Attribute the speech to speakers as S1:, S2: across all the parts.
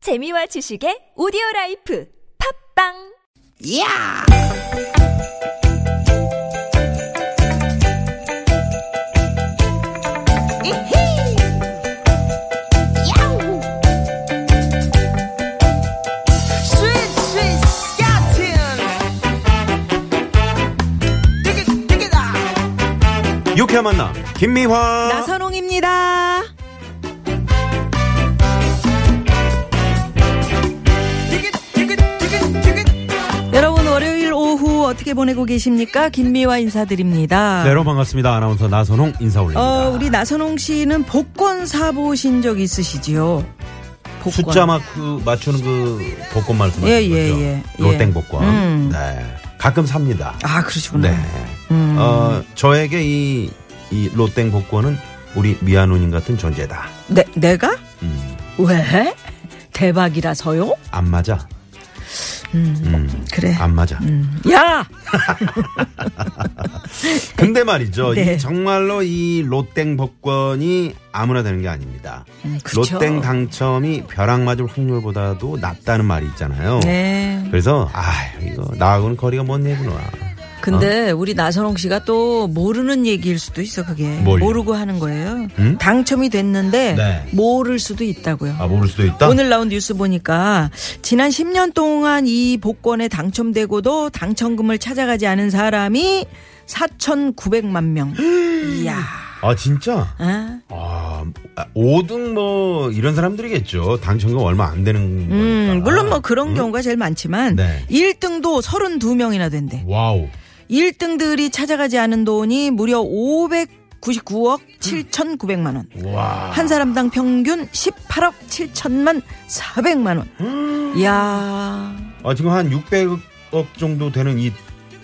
S1: 재미와 지식의 오디오 라이프 팝빵
S2: 야! 이히! 야우! 스윗, 스윗, 스캇틴! 띠깃, 띠깃아!
S3: 유쾌한 만남 김미화
S2: 나선홍입니다. 띠깃, 띠깃, 띠깃, 띠깃!
S4: 여러분 월요일 오후 어떻게 보내고 계십니까? 김미화 인사드립니다.
S3: 네, 여러분 반갑습니다 아나운서 나선홍 인사 올립니다
S4: 어, 우리 나선홍 씨는 복권 사보신 적 있으시지요? 복권.
S3: 숫자 마크 맞추는 그 복권 말씀하시는
S4: 예, 예,
S3: 거죠
S4: 예, 예.
S3: 롯땡 복권
S4: 음.
S3: 네 가끔 삽니다
S4: 아, 그러시구나.
S3: 네
S4: 음.
S3: 어, 저에게 이, 이 롯땡 복권은 우리 미아 누님 같은 존재다
S4: 네, 내, 내가?
S3: 음,
S4: 왜? 대박이라서요?
S3: 안 맞아 음,
S4: 그래.
S3: 안 맞아 어.
S4: 야!
S3: 근데 말이죠
S4: 네.
S3: 이 정말로 이 롯땡 복권이 아무나 되는 게 아닙니다
S4: 음, 그쵸.
S3: 롯땡 당첨이 벼락 맞을 확률보다도 낮다는 말이 있잖아요
S4: 네.
S3: 그래서 아 이거 나하고는 거리가 먼 얘기구나. 아.
S4: 근데 우리 나선홍 씨가 또 모르는 얘기일 수도 있어 그게
S3: 뭘요?
S4: 모르고 하는 거예요.
S3: 음?
S4: 당첨이 됐는데
S3: 네.
S4: 모를 수도 있다고요.
S3: 아 모를 수도 있다.
S4: 오늘 나온 뉴스 보니까 지난 10년 동안 이 복권에 당첨되고도 당첨금을 찾아가지 않은 사람이 4,900만 명. 이야.
S3: 아 진짜.
S4: 아,
S3: 아 5등 뭐 이런 사람들이겠죠. 당첨금 얼마 안 되는 거니까.
S4: 음, 물론 뭐 그런 경우가 제일 많지만
S3: 아, 네.
S4: 1등도 32명이나 된대.
S3: 와우.
S4: 1등들이 찾아가지 않은 돈이 무려 599억 7,900만 원.
S3: 와.
S4: 한 사람당 평균 18억 7천만 4백만 원. 이야.
S3: 아 지금 한 600억 정도 되는 이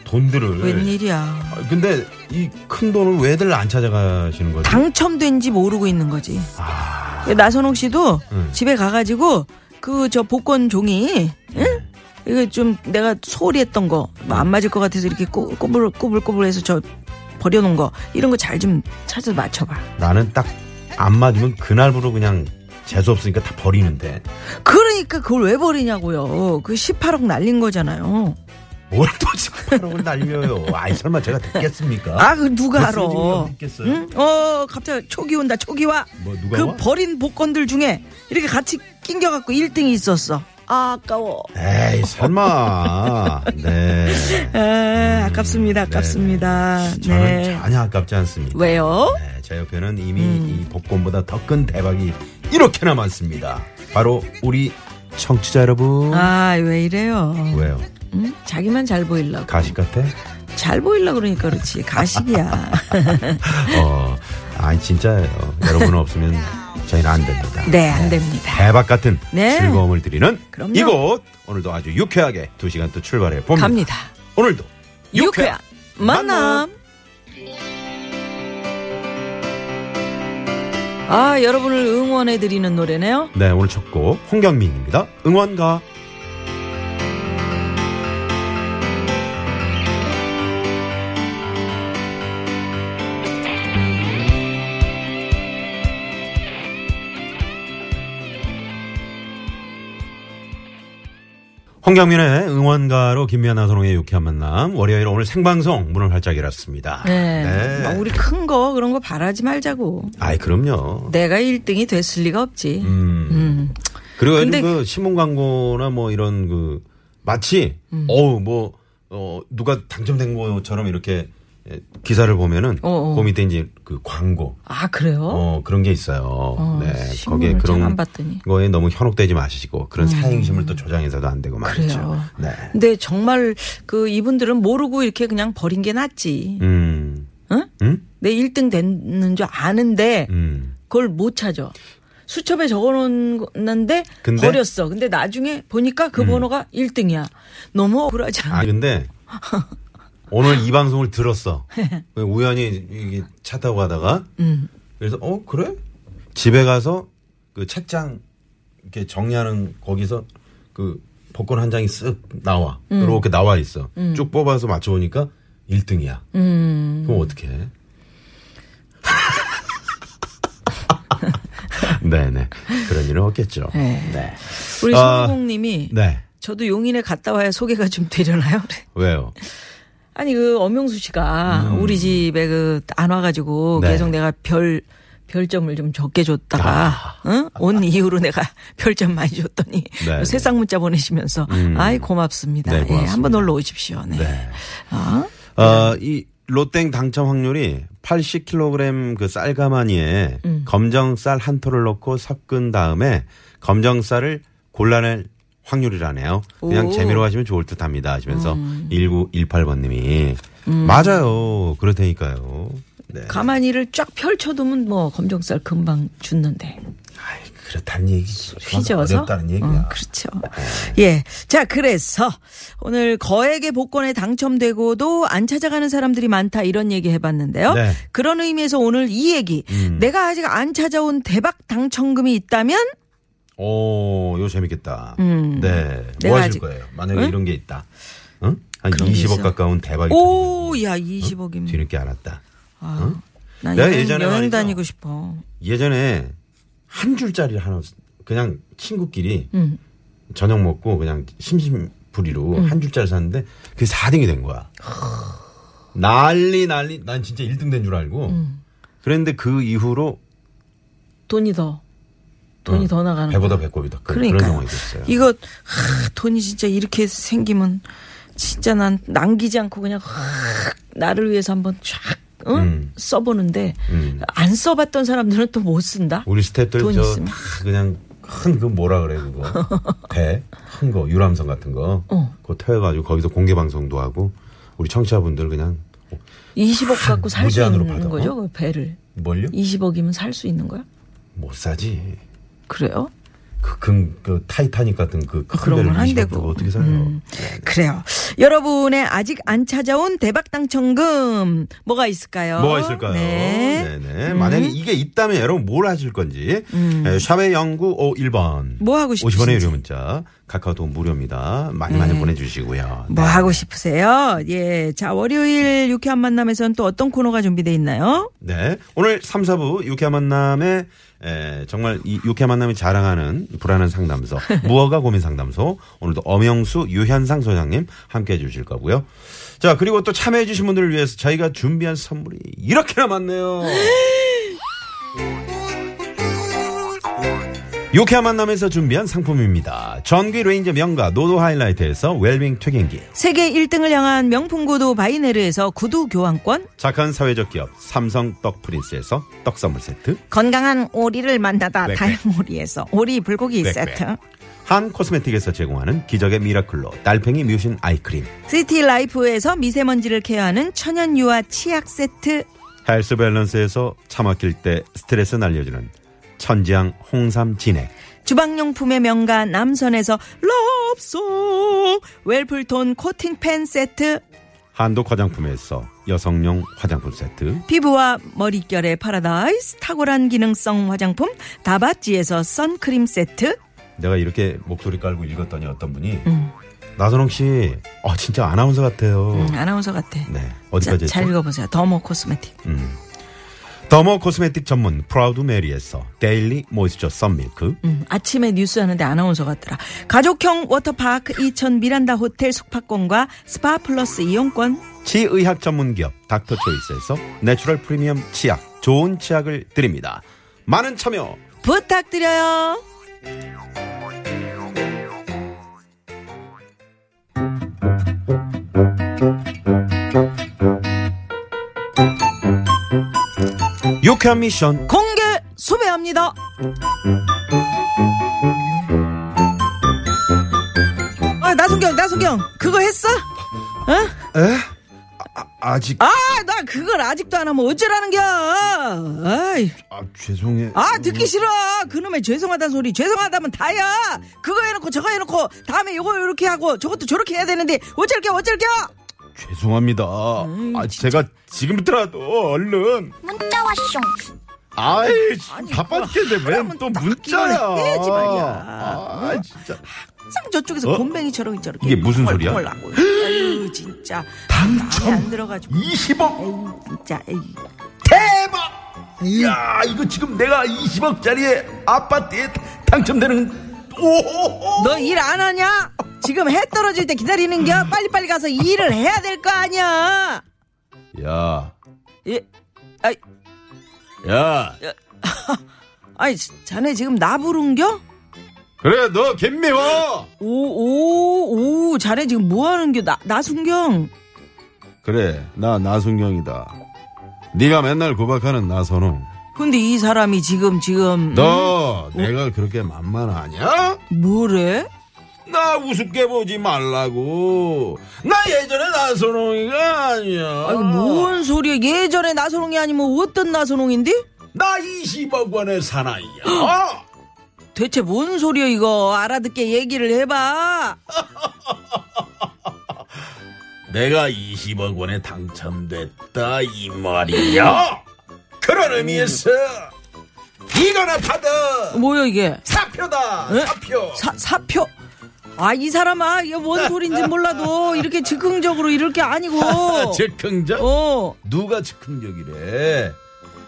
S3: 돈들을.
S4: 웬일이야.
S3: 아, 근데 이 큰 돈을 왜들 안 찾아가시는 거죠?
S4: 당첨된지 모르고 있는 거지.
S3: 아.
S4: 예, 나선홍 씨도
S3: 응.
S4: 집에 가가지고 그 저 복권 종이
S3: 네.
S4: 응? 이거 좀 내가 소홀히 했던 거뭐 안
S3: 음.
S4: 맞을 것 같아서 이렇게 꼬- 꼬불 꼬불꼬불해서 저 버려놓은 거 이런 거 잘 좀 찾아서 맞춰봐.
S3: 나는 딱 안 맞으면 그날부로 그냥 재수 없으니까 다 버리는데.
S4: 그러니까 그걸 왜 버리냐고요. 그 18억 날린 거잖아요.
S3: 뭘또 지금 바로 날려요. 아이 설마 제가 듣겠습니까?
S4: 아, 그 누가 알아?
S3: 무슨 소리가 있겠어요?
S4: 응? 어, 갑자기 초기 온다, 초기 와.
S3: 뭐, 누가
S4: 그
S3: 와?
S4: 버린 복권들 중에 이렇게 같이 낑겨갖고 1등이 있었어. 아, 아까워.
S3: 에이 설마 네
S4: 아, 아깝습니다, 아깝습니다.
S3: 저는
S4: 네.
S3: 전혀 아깝지 않습니다
S4: 왜요? 음.
S3: 네, 제 옆에는 이미 이 복권보다 더 큰 대박이 이렇게나 많습니다 바로 우리 청취자 여러분
S4: 아, 왜 이래요?
S3: 왜요
S4: 응? 자기만 잘 보일라고.
S3: 가식 같아
S4: 잘 보일라 그러니까 그렇지. 가식이야.
S3: 어 아니 진짜예요 여러분 없으면 저희는 안 됩니다
S4: 네, 안 됩니다.
S3: 대박 같은
S4: 네.
S3: 즐거움을 드리는
S4: 그럼요.
S3: 이곳 오늘도 아주 유쾌하게 두 시간 또 출발해 봅니다
S4: 갑니다.
S3: 오늘도
S4: 네. 유쾌한 만남. 아, 여러분을 응원해드리는 노래네요.
S3: 네 오늘 첫 곡 홍경민입니다 응원가 홍경민의 응원가로 김미아 나선홍의 유쾌한 만남 월요일 오늘 생방송 문을 활짝 열었습니다.
S4: 네. 막 우리 큰 거, 그런 거 바라지 말자고.
S3: 아이 그럼요.
S4: 내가 1등이 됐을 리가 없지.
S3: 음.
S4: 음.
S3: 그리고 요즘
S4: 근데-
S3: 그 신문 광고나 뭐 이런 그 마치
S4: 음.
S3: 어우 뭐 어, 누가 당첨된 것처럼 이렇게 에, 기사를 보면은
S4: 어어.
S3: 그 밑에 이제 그 광고
S4: 아, 그래요?
S3: 어, 그런 게 있어요. 네. 거기에
S4: 신문을
S3: 그런
S4: 잘안 봤더니. 음.
S3: 거에 너무 현혹되지 마시고 그런 사행심을 또 조장해서도 안 되고 말이죠.
S4: 그래요.
S3: 네.
S4: 근데 정말 그 이분들은 모르고 이렇게 그냥 버린 게 낫지.
S3: 음.
S4: 응?
S3: 음?
S4: 내 1등 됐는 줄 아는데
S3: 음.
S4: 그걸 못 찾아. 수첩에 적어놓는데
S3: 근데? 음.
S4: 버렸어. 근데 나중에 보니까 그 번호가 1등이야. 너무 억울하지 않아?
S3: 아 근데 오늘 이 방송을 들었어. 그 우연히 이게 차 타고 가다가 그래서 어 그래? 집에 가서 그 책장 이렇게 정리하는 거기서 그 복권 한 장이 쓱 나와. 이렇게 나와 있어. 쭉 뽑아서 맞춰 보니까 1등이야. 그럼 어떻게 해? 네네 그런 일은 없겠죠.
S4: 네.
S3: 네.
S4: 우리
S3: 아.
S4: 손호공님이
S3: 네.
S4: 저도 용인에 갔다 와야 소개가 좀 되려나요?
S3: 왜요?
S4: 아니 그 엄영수 씨가 우리 집에 그 안 와가지고
S3: 음. 네.
S4: 계속 내가 별 별점을 좀 적게 줬다가 응? 온 이후로 내가 별점 많이 줬더니
S3: 아. 네. 음.
S4: 새싹 문자 보내시면서 아이 고맙습니다.
S3: 네,
S4: 예,
S3: 고맙습니다.
S4: 한번 놀러 오십시오. 네.
S3: 네.
S4: 아,
S3: 어, 이 로땡 당첨 확률이 80kg 그 쌀가마니에
S4: 음.
S3: 검정 쌀 한 토를 넣고 섞은 다음에 검정 쌀을 골라낼 확률이라네요. 그냥
S4: 오. 음.
S3: 재미로 하시면 좋을 듯 합니다. 하시면서 1918번님이. 맞아요. 그렇다니까요. 네.
S4: 가만히를 쫙 펼쳐두면 뭐 검정쌀 금방 죽는데
S3: 아이, 그렇다는 얘기지.
S4: 휘저어서
S3: 어렵다는 얘기야.
S4: 어, 그렇죠. 예. 자, 그래서 오늘 거액의 복권에 당첨되고도 안 찾아가는 사람들이 많다 이런 얘기 해봤는데요.
S3: 네. 음.
S4: 그런 의미에서 오늘 이 얘기. 내가 아직 안 찾아온 대박 당첨금이 있다면
S3: 오, 이거 재밌겠다. 네.
S4: 어. 음. 내가
S3: 뭐 하실
S4: 아직-
S3: 거예요? 만약에
S4: 응?
S3: 이런 게 있다. 응? 한
S4: 그런 게
S3: 20억
S4: 있어.
S3: 가까운 대박이.
S4: 오, 야, 20억이면.
S3: 뒤늦게 알았다.
S4: 아, 나
S3: 어? 내가
S4: 여행,
S3: 예전에
S4: 여행
S3: 말이죠.
S4: 다니고 싶어.
S3: 예전에 한 줄짜리를 하나 그냥 친구끼리
S4: 음.
S3: 저녁 먹고 그냥 심심풀이로 한 줄짜리 샀는데 그게 4등이 된 거야. 난리 난리 난 진짜 1등 된 줄 알고
S4: 음.
S3: 그랬는데 그 이후로
S4: 돈이 더 돈이
S3: 응,
S4: 더 나가는
S3: 어. 배보다
S4: 거야.
S3: 배꼽이 더 큰, 그런
S4: 음. 그러니까
S3: 상황이 됐어요.
S4: 이거 하, 돈이 진짜 이렇게 생기면 진짜 난 남기지 않고 그냥 확 나를 위해서 한번 쫙 응?
S3: 음.
S4: 써보는데
S3: 음.
S4: 안 써봤던 사람들은 또 못 쓴다.
S3: 우리 스탭들
S4: 돈
S3: 저
S4: 있으면.
S3: 다 그냥 큰 그 뭐라 그래 그거 배큰거 유람선 같은 거
S4: 어.
S3: 그거 태워가지고 거기서 공개 방송도 하고 우리 청취자분들 그냥
S4: 20억 갖고 살 수
S3: 무제한으로
S4: 있는
S3: 받아.
S4: 거죠 그 배를
S3: 뭘요?
S4: 20억이면 살 수 있는 거야?
S3: 못 사지.
S4: 그래요?
S3: 그, 금, 그 타이타닉 같은 그
S4: 그런
S3: 큰데를
S4: 건안
S3: 20억
S4: 되고.
S3: 주고 어떻게 사요?
S4: 음.
S3: 네, 네.
S4: 그래요. 여러분의 아직 안 찾아온 대박 당첨금 뭐가 있을까요?
S3: 뭐가 있을까요?
S4: 네.
S3: 네. 네 만약에 이게 있다면 여러분 뭘 하실 건지 네, 에, 샵의 0951번
S4: 음. 뭐 하고
S3: 50원의
S4: 싶으신지. 네.
S3: 유료 문자 카카오톡 무료입니다. 많이 많이 보내주시고요.
S4: 뭐
S3: 네.
S4: 하고 싶으세요? 예. 자, 월요일 유쾌한 만남에서는 또 어떤 코너가 준비돼 있나요?
S3: 네. 오늘 3, 4부 유쾌한 만남에 에, 정말 이 유쾌한 만남이 자랑하는 불안한 상담소 무허가 고민 상담소 오늘도 엄영수 유현상 소장님 함께해 주실 거고요. 자 그리고 또 참여해 주신 분들을 위해서 저희가 준비한 선물이 이렇게나 많네요. 유쾌한 만남에서 준비한 상품입니다. 전기 레인저 명가 노도 하이라이트에서 웰빙 튀김기
S4: 세계 1등을 향한 명품 구두 바이네르에서 구두 교환권,
S3: 착한 사회적 기업 삼성 떡 프린스에서 떡 선물 세트
S4: 건강한 오리를 만나다
S3: 네,
S4: 다양오리에서 오리 불고기
S3: 네,
S4: 세트,
S3: 네. 한 코스메틱에서 제공하는 기적의 미라클로 달팽이 뮤신 아이크림
S4: 시티 라이프에서 미세먼지를 케어하는 천연 유화 치약 세트,
S3: 헬스 밸런스에서 차 막힐 때 스트레스 날려주는 천지향 홍삼 진액
S4: 주방용품의 명가 남선에서 럽송 웰플톤 코팅팬 세트,
S3: 한독 화장품에서 여성용 화장품 세트
S4: 피부와 머릿결의 파라다이스 탁월한 기능성 화장품 다바찌에서 선크림 세트
S3: 내가 이렇게 목소리 깔고 읽었더니 어떤 분이 나선홍 씨 아, 진짜 아나운서 같아요
S4: 음, 아나운서 같아.
S3: 네
S4: 자,
S3: 어디까지
S4: 잘
S3: 했죠?
S4: 읽어보세요. 더모 코스메틱.
S3: 음. 더머 코스메틱 전문 프라우드 메리에서 데일리 모이스처 썬밀크
S4: 음, 아침에 뉴스 하는데 아나운서 같더라. 가족형 워터파크 이천 미란다 호텔 숙박권과 스파 플러스 이용권.
S3: 치의학 전문 기업 닥터 초이스에서 내추럴 프리미엄 치약 좋은 치약을 드립니다. 많은 참여
S4: 부탁드려요.
S3: 유쾌한 미션
S4: 공개 수배합니다. 아, 나순경, 나순경. 그거 했어?
S3: 아직
S4: 아, 나 그걸 아직도 안 하면 어쩌라는 겨. 아이.
S3: 아, 죄송해
S4: 아 듣기 싫어 그놈의 죄송하다는 소리 죄송하다면 다야 그거 해놓고 저거 해놓고 다음에 요거 요렇게 하고 저것도 저렇게 해야 되는데 어쩔게 어쩔게
S3: 죄송합니다
S4: 음,
S3: 아 제가 지금부터라도 얼른
S5: 문자 왔숑
S3: 아이 바빠 죽겠는데 왜 또
S4: 그러면 딱
S3: 문자야
S4: 이걸 해야지 말이야.
S3: 아 진짜
S4: 항상 저쪽에서
S3: 어?
S4: 곰뱅이처럼 저렇게
S3: 이게 무슨
S4: 헐,
S3: 소리야?
S4: 헐 하고. 아유 진짜 당첨 안 들어가지고
S3: 20억
S4: 에이, 진짜 에이.
S3: 대박 이야 이거 지금 내가 20억짜리의 아파트에 당첨되는
S4: 너 일 안 하냐? 지금 해 떨어질 때 기다리는 겨 빨리빨리 가서 일을 해야 될 거 아니야.
S3: 야,
S4: 예, 아,
S3: 야,
S4: 아니 자네 지금 나 부른겨?
S3: 그래 너 김미화.
S4: 오오오 자네 지금 뭐 하는겨? 나 나순경.
S3: 그래 나 나순경이다. 네가 맨날 구박하는 나선홍.
S4: 근데 이 사람이 지금 지금
S3: 너 내가 그렇게 만만하냐?
S4: 뭐래?
S3: 나 우습게 보지 말라고. 나 예전에 나선홍이가 아니야.
S4: 아이고 뭔 소리야? 예전에 나선홍이 아니면 어떤 나선홍인데?
S3: 나 20억 원의 사나이야.
S4: 대체 뭔 소리야 이거? 알아듣게 얘기를 해봐.
S3: 내가 20억 원에 당첨됐다 이 말이야. 그런 의미에서 이거나 받아.
S4: 뭐야 이게?
S3: 사표다.
S4: 에?
S3: 사표.
S4: 사, 사표. 아, 이 사람아, 이게 뭔 소린지 몰라도 이렇게 즉흥적으로 이럴 게 아니고.
S3: 즉흥적?
S4: 어.
S3: 누가 즉흥적이래?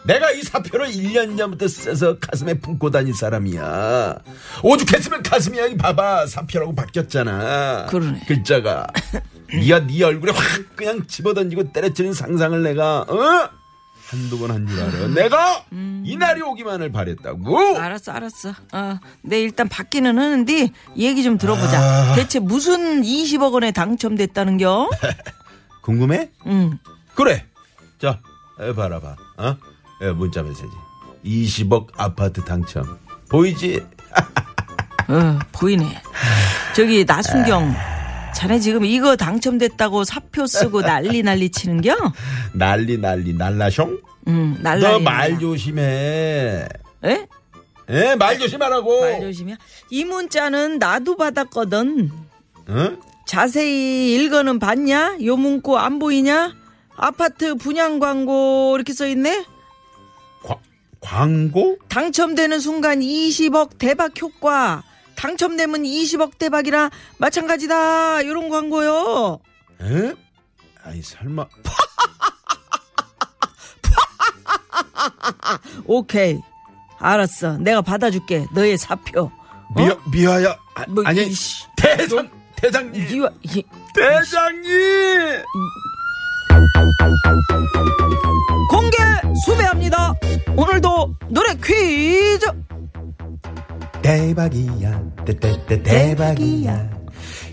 S3: 내가 이 사표를 1년 전부터 써서 가슴에 품고 다닌 사람이야. 오죽했으면 가슴이 여기 봐봐. 사표라고 바뀌었잖아.
S4: 그러네.
S3: 글자가. 니가 니 얼굴에 확 그냥 집어던지고 때려치는 상상을 내가, 어? 한두 번 한 줄 알아. 내가 이날이 오기만을 바랬다고?
S4: 음. 알았어, 알았어. 어, 내 일단 받기는 하는데 얘기 좀 들어보자. 대체 무슨 20억 원에 당첨됐다는 겨?
S3: 궁금해?
S4: 응.
S3: 그래. 자, 에, 봐라, 봐. 어? 에, 문자 메시지. 20억 아파트 당첨. 보이지?
S4: 어, 보이네. 저기, 나순경. 자네 지금 이거 당첨됐다고 사표 쓰고 난리 난리 치는 겨?
S3: 난리 난리 날라숑?
S4: 응, 난리
S3: 너 말 조심해.
S4: 예?
S3: 예, 말 조심하라고.
S4: 말 조심이야. 이 문자는 나도 받았거든.
S3: 응?
S4: 자세히 읽어는 봤냐? 요 문구 안 보이냐? 아파트 분양 광고 이렇게 써 있네.
S3: 과- 광고?
S4: 당첨되는 순간 20억 대박 효과. 당첨되면 20억 대박이라 마찬가지다. 요런 광고요.
S3: 에? 아니 설마
S4: 오케이. 알았어. 내가 받아줄게. 너의 사표.
S3: 미아야 아,
S4: 뭐,
S3: 니
S4: 이씨.
S3: 대장 대장님
S4: 이와 이-
S3: 대장님
S4: 공개 수배합니다. 오늘도 노래 퀴즈.
S3: 대박이야 대대대 대박이야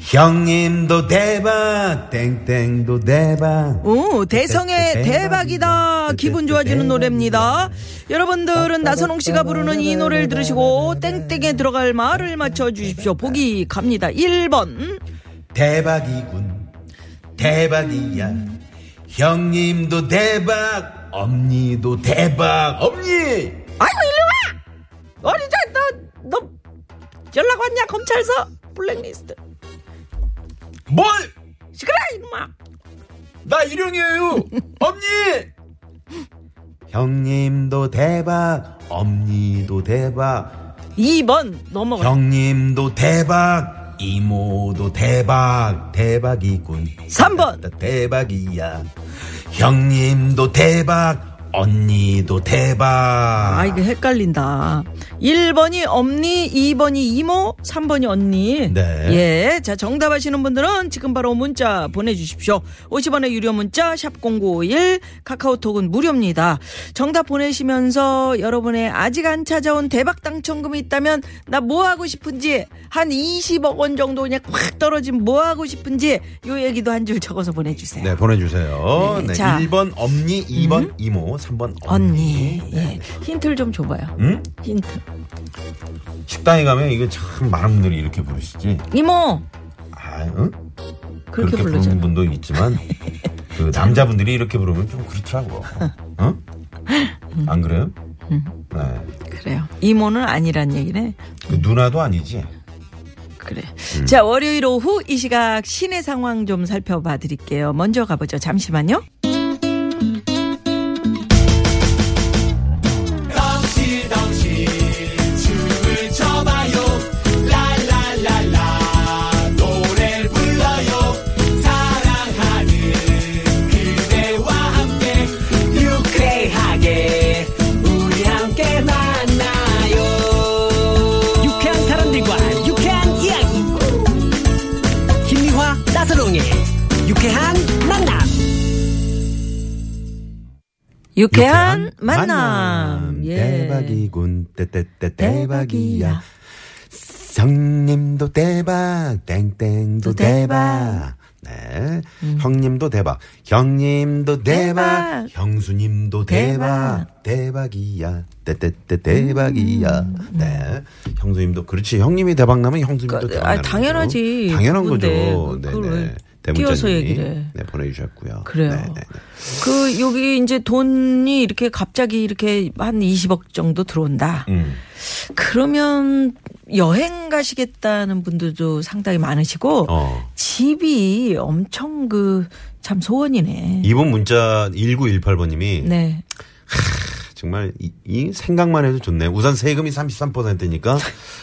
S3: 형님도 대박 땡땡도 대박
S4: 오, 대성의 대박이다.
S3: 대박이다.
S4: 기분 좋아지는 노래입니다. 여러분들은 나선홍 씨가 부르는 이 노래를 들으시고 땡땡에 들어갈 말을 맞춰 주십시오. 보기 갑니다. 1번.
S3: 대박이군 대박이야 형님도 대박 엄니도 대박 엄니
S4: 아이고, 일로 와! 어리자, 너, 너, 연락 왔냐? 검찰서? 블랙리스트.
S3: 뭘?
S4: 시끄러, 이놈아.
S3: 나 일용이에요 엄니 형님도 대박 엄니도 대박
S4: 2번. 넘어가.
S3: 형님도 대박 이모도 대박 대박이군
S4: 삼 번.
S3: 대박이야 형님도 대박 언니도 대박
S4: 아, 이거 헷갈린다. 1번이 엄니, 2번이 이모, 3번이 언니.
S3: 네.
S4: 예. 자, 정답 아시는 분들은 지금 바로 문자 보내주십시오. 50원의 유료 문자, 샵0951, 카카오톡은 무료입니다. 정답 보내시면서 여러분의 아직 안 찾아온 대박 당첨금이 있다면 나 뭐 하고 싶은지, 한 20억 원 정도 그냥 확 떨어진 뭐 하고 싶은지, 요 얘기도 한 줄 적어서 보내주세요.
S3: 네, 보내주세요.
S4: 네,
S3: 네,
S4: 자. 음?
S3: 1번 엄니, 2번 이모, 3번 언니. 네.
S4: 언니. 예. 힌트를 좀 줘봐요.
S3: 음?
S4: 힌트.
S3: 식당에 가면 이거 참 많은 분들이 이렇게 부르시지.
S4: 이모!
S3: 아, 응?
S4: 그렇게,
S3: 그렇게
S4: 부르잖아.
S3: 부르는 분도 있지만 그 남자분들이 이렇게 부르면 좀 그렇더라고. 어? 안 그래요?
S4: 음.
S3: 네.
S4: 그래요. 이모는 아니란 얘기네.
S3: 그 누나도 아니지.
S4: 그래.
S3: 음.
S4: 자, 월요일 오후 이 시각 시내 상황 좀 살펴봐 드릴게요. 먼저 가보죠. 잠시만요.
S5: 유쾌하게 우리 함께 만나요 유쾌한 사람들과 유쾌한
S4: 유쾌한 만남. 예.
S3: 대박이군 때때때 대박이야. 형님도 대박 땡땡도
S4: 또 대박.
S3: 대박. 네. 형님도 대박. 형님도 대박.
S4: 대박.
S3: 형수님도 대박. 대박이야. 때때때 대박이야. 네. 형수님도 그렇지. 형님이 대박 나면 형수님도
S4: 음. 그,
S3: 대박
S4: 아니,
S3: 나는 거죠.
S4: 당연하지.
S3: 당연한
S4: 그건데
S3: 거죠.
S4: 그걸
S3: 네네.
S4: 왜
S3: 대문자님이
S4: 끼워서 얘기를 해.
S3: 네, 보내주셨고요.
S4: 그래요. 그 여기 이제 돈이 이렇게 갑자기 이렇게 한 20억 정도 들어온다.
S3: 음.
S4: 그러면 여행 가시겠다는 분들도 상당히 많으시고
S3: 어.
S4: 집이 엄청 그 참 소원이네.
S3: 이번 문자 1918번님이
S4: 네.
S3: 정말 이, 이 생각만 해도 좋네. 우선 세금이 33%니까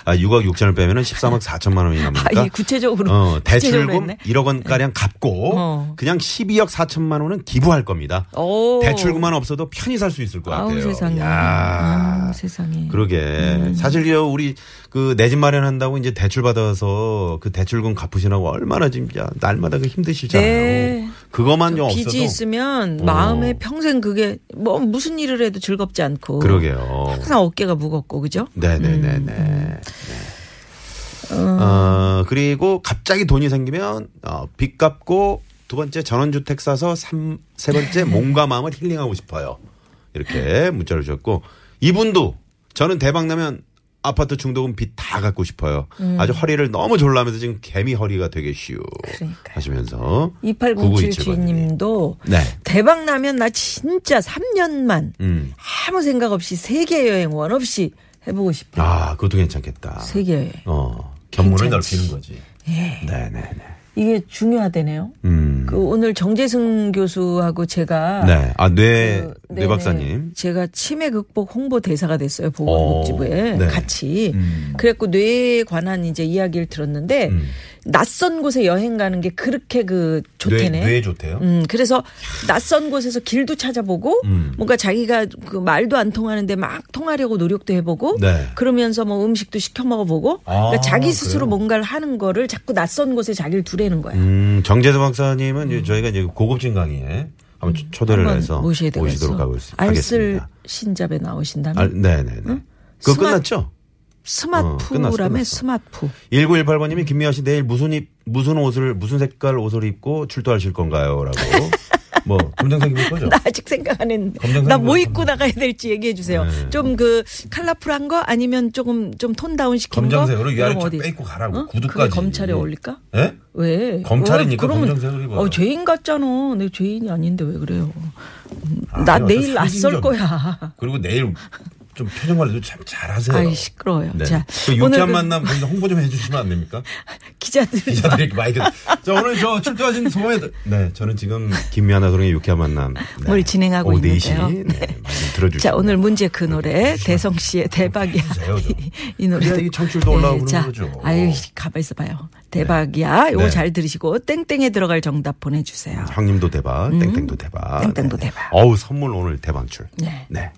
S3: 아, 6억 6천을 빼면 은 13억 4천만 원이
S4: 아, 이
S3: 남으니까
S4: 구체적으로
S3: 어,
S4: 구체적으로
S3: 대출금
S4: 했네.
S3: 1억 원가량 갚고
S4: 어.
S3: 그냥 12억 4천만 원은 기부할 겁니다.
S4: 오.
S3: 대출금만 없어도 편히 살 수 있을 것 같아요.
S4: 아우 세상에.
S3: 야.
S4: 아우 세상에. 음.
S3: 그러게. 사실 요 우리 그 내 집 마련한다고 이제 대출 받아서 그 대출금 갚으시라고 얼마나 진짜 날마다 그 힘드시잖아요.
S4: 네.
S3: 그것만 요 없어도
S4: 빚이 있으면
S3: 어.
S4: 마음에 평생 그게 뭐 무슨 일을 해도 즐겁지 않고
S3: 그러게요.
S4: 항상 어깨가 무겁고 그죠?
S3: 네네네네.
S4: 음,
S3: 네. 어, 그리고 갑자기 돈이 생기면 어, 빚 갚고 두 번째 전원주택 사서 삼, 세
S4: 네.
S3: 번째 몸과 마음을 힐링하고 싶어요. 이렇게 문자를 주셨고 이분도 저는 대박 나면 아파트 중독은 빚 다 갚고 싶어요. 아주 허리를 너무 졸라면서 지금 개미 허리가 되게 쉬우
S4: 음. 그러니까요.
S3: 하시면서
S4: 2897
S3: 9927
S4: 주인님도
S3: 네.
S4: 대박 나면 나 진짜 3년만
S3: 음.
S4: 아무 생각 없이 세계 여행 원 없이 해보고 싶어.
S3: 아, 그것도 괜찮겠다.
S4: 세계 여행
S3: 어, 견문을
S4: 괜찮지. 예.
S3: 넓히는 거지. 네네네.
S4: 이게 중요하대네요.
S3: 음.
S4: 그 오늘 정재승 교수하고 제가
S3: 네. 아, 뇌,
S4: 그,
S3: 뇌
S4: 네네.
S3: 박사님.
S4: 제가 치매 극복 홍보 대사가 됐어요 보건복지부에
S3: 어, 네.
S4: 같이 그래갖고 뇌에 관한 이제 이야기를 들었는데
S3: 음.
S4: 낯선 곳에 여행 가는 게 그렇게 그 좋대네.
S3: 뇌, 뇌 좋대요?
S4: 음, 그래서 낯선 곳에서 길도 찾아보고
S3: 음.
S4: 뭔가 자기가 그 말도 안 통하는데 막 통하려고 노력도 해보고
S3: 네.
S4: 그러면서 뭐 음식도 시켜 먹어보고
S3: 아,
S4: 그러니까 자기 스스로
S3: 그래요?
S4: 뭔가를 하는 거를 자꾸 낯선 곳에 자기를 두려는 거야.
S3: 음, 정재도 박사님은 이제 저희가 이제 고급진 강의에 한번 초- 초대를
S4: 음. 한번
S3: 해서
S4: 모셔야 되겠어.
S3: 오시도록 하고 있,
S4: 알쓸
S3: 하겠습니다.
S4: 신잡에 나오신다면
S3: 알, 네네네. 그거
S4: 스마-
S3: 끝났죠? 어, 끝났어,
S4: 스마프라며
S3: 끝났어.
S4: 스마프.
S3: 1918번님이 김미아 씨 내일 무슨 입, 무슨 옷을, 무슨 색깔 옷을 입고 출두하실 건가요? 라고. 뭐, 검정색 입을 거죠?
S4: 나 아직 생각 안 했는데.
S3: 검정색
S4: 나 뭐
S3: 검정-
S4: 입고 나가야 될지 얘기해 주세요.
S3: 네.
S4: 좀 그 컬러풀한 거 아니면 조금 좀 톤 다운 시킨 거.
S3: 검정색으로 위아래
S4: 그럼
S3: 쫙
S4: 어디-
S3: 빼입고 가라고,
S4: 어?
S3: 구두까지.
S4: 그게 검찰에 어울릴까?
S3: 예?
S4: 왜?
S3: 검찰이니까
S4: 어, 그러면-
S3: 검정색을 입어요.
S4: 어, 죄인 같잖아. 내 죄인이 아닌데 왜 그래요? 음,
S3: 아,
S4: 나
S3: 어떤
S4: 내일 낯설
S3: 상징적인-
S4: 거야.
S3: 그리고 내일 좀 표정 관리도 참 잘하세요.
S4: 아이 시끄러워요.
S3: 네.
S4: 자,
S3: 그
S4: 오늘
S3: 유쾌한
S4: 그
S3: 만남 거기서 홍보 좀 해주시면 안 됩니까?
S4: 기자들
S3: 기자들이 이렇게 마이크. 자, 오늘 저 출두하신 소에. 네, 저는 지금 김미아나 소령의 유쾌한 만남. 네.
S4: 뭘 진행하고
S3: 오후 4시,
S4: 있는데요.
S3: 네, 많이 들어주시고. 네,
S4: 자, 오늘 문제 그 노래 대성 씨의 대박이야.
S3: 주세요, 좀.
S4: 이- 이 노래. 네,
S3: 그래야 이게 청취율도 올라오고 그러는
S4: 자,
S3: 거죠.
S4: 아유, 가만 있어 봐요. 대박이야. 요거
S3: 네.
S4: 잘 들으시고 땡땡에 들어갈 정답 보내 주세요.
S3: 형님도 대박, 땡땡도 대박.
S4: 음, 땡땡도
S3: 네, 네.
S4: 대박.
S3: 어우, 선물 오늘 대방출.
S4: 네.
S3: 네.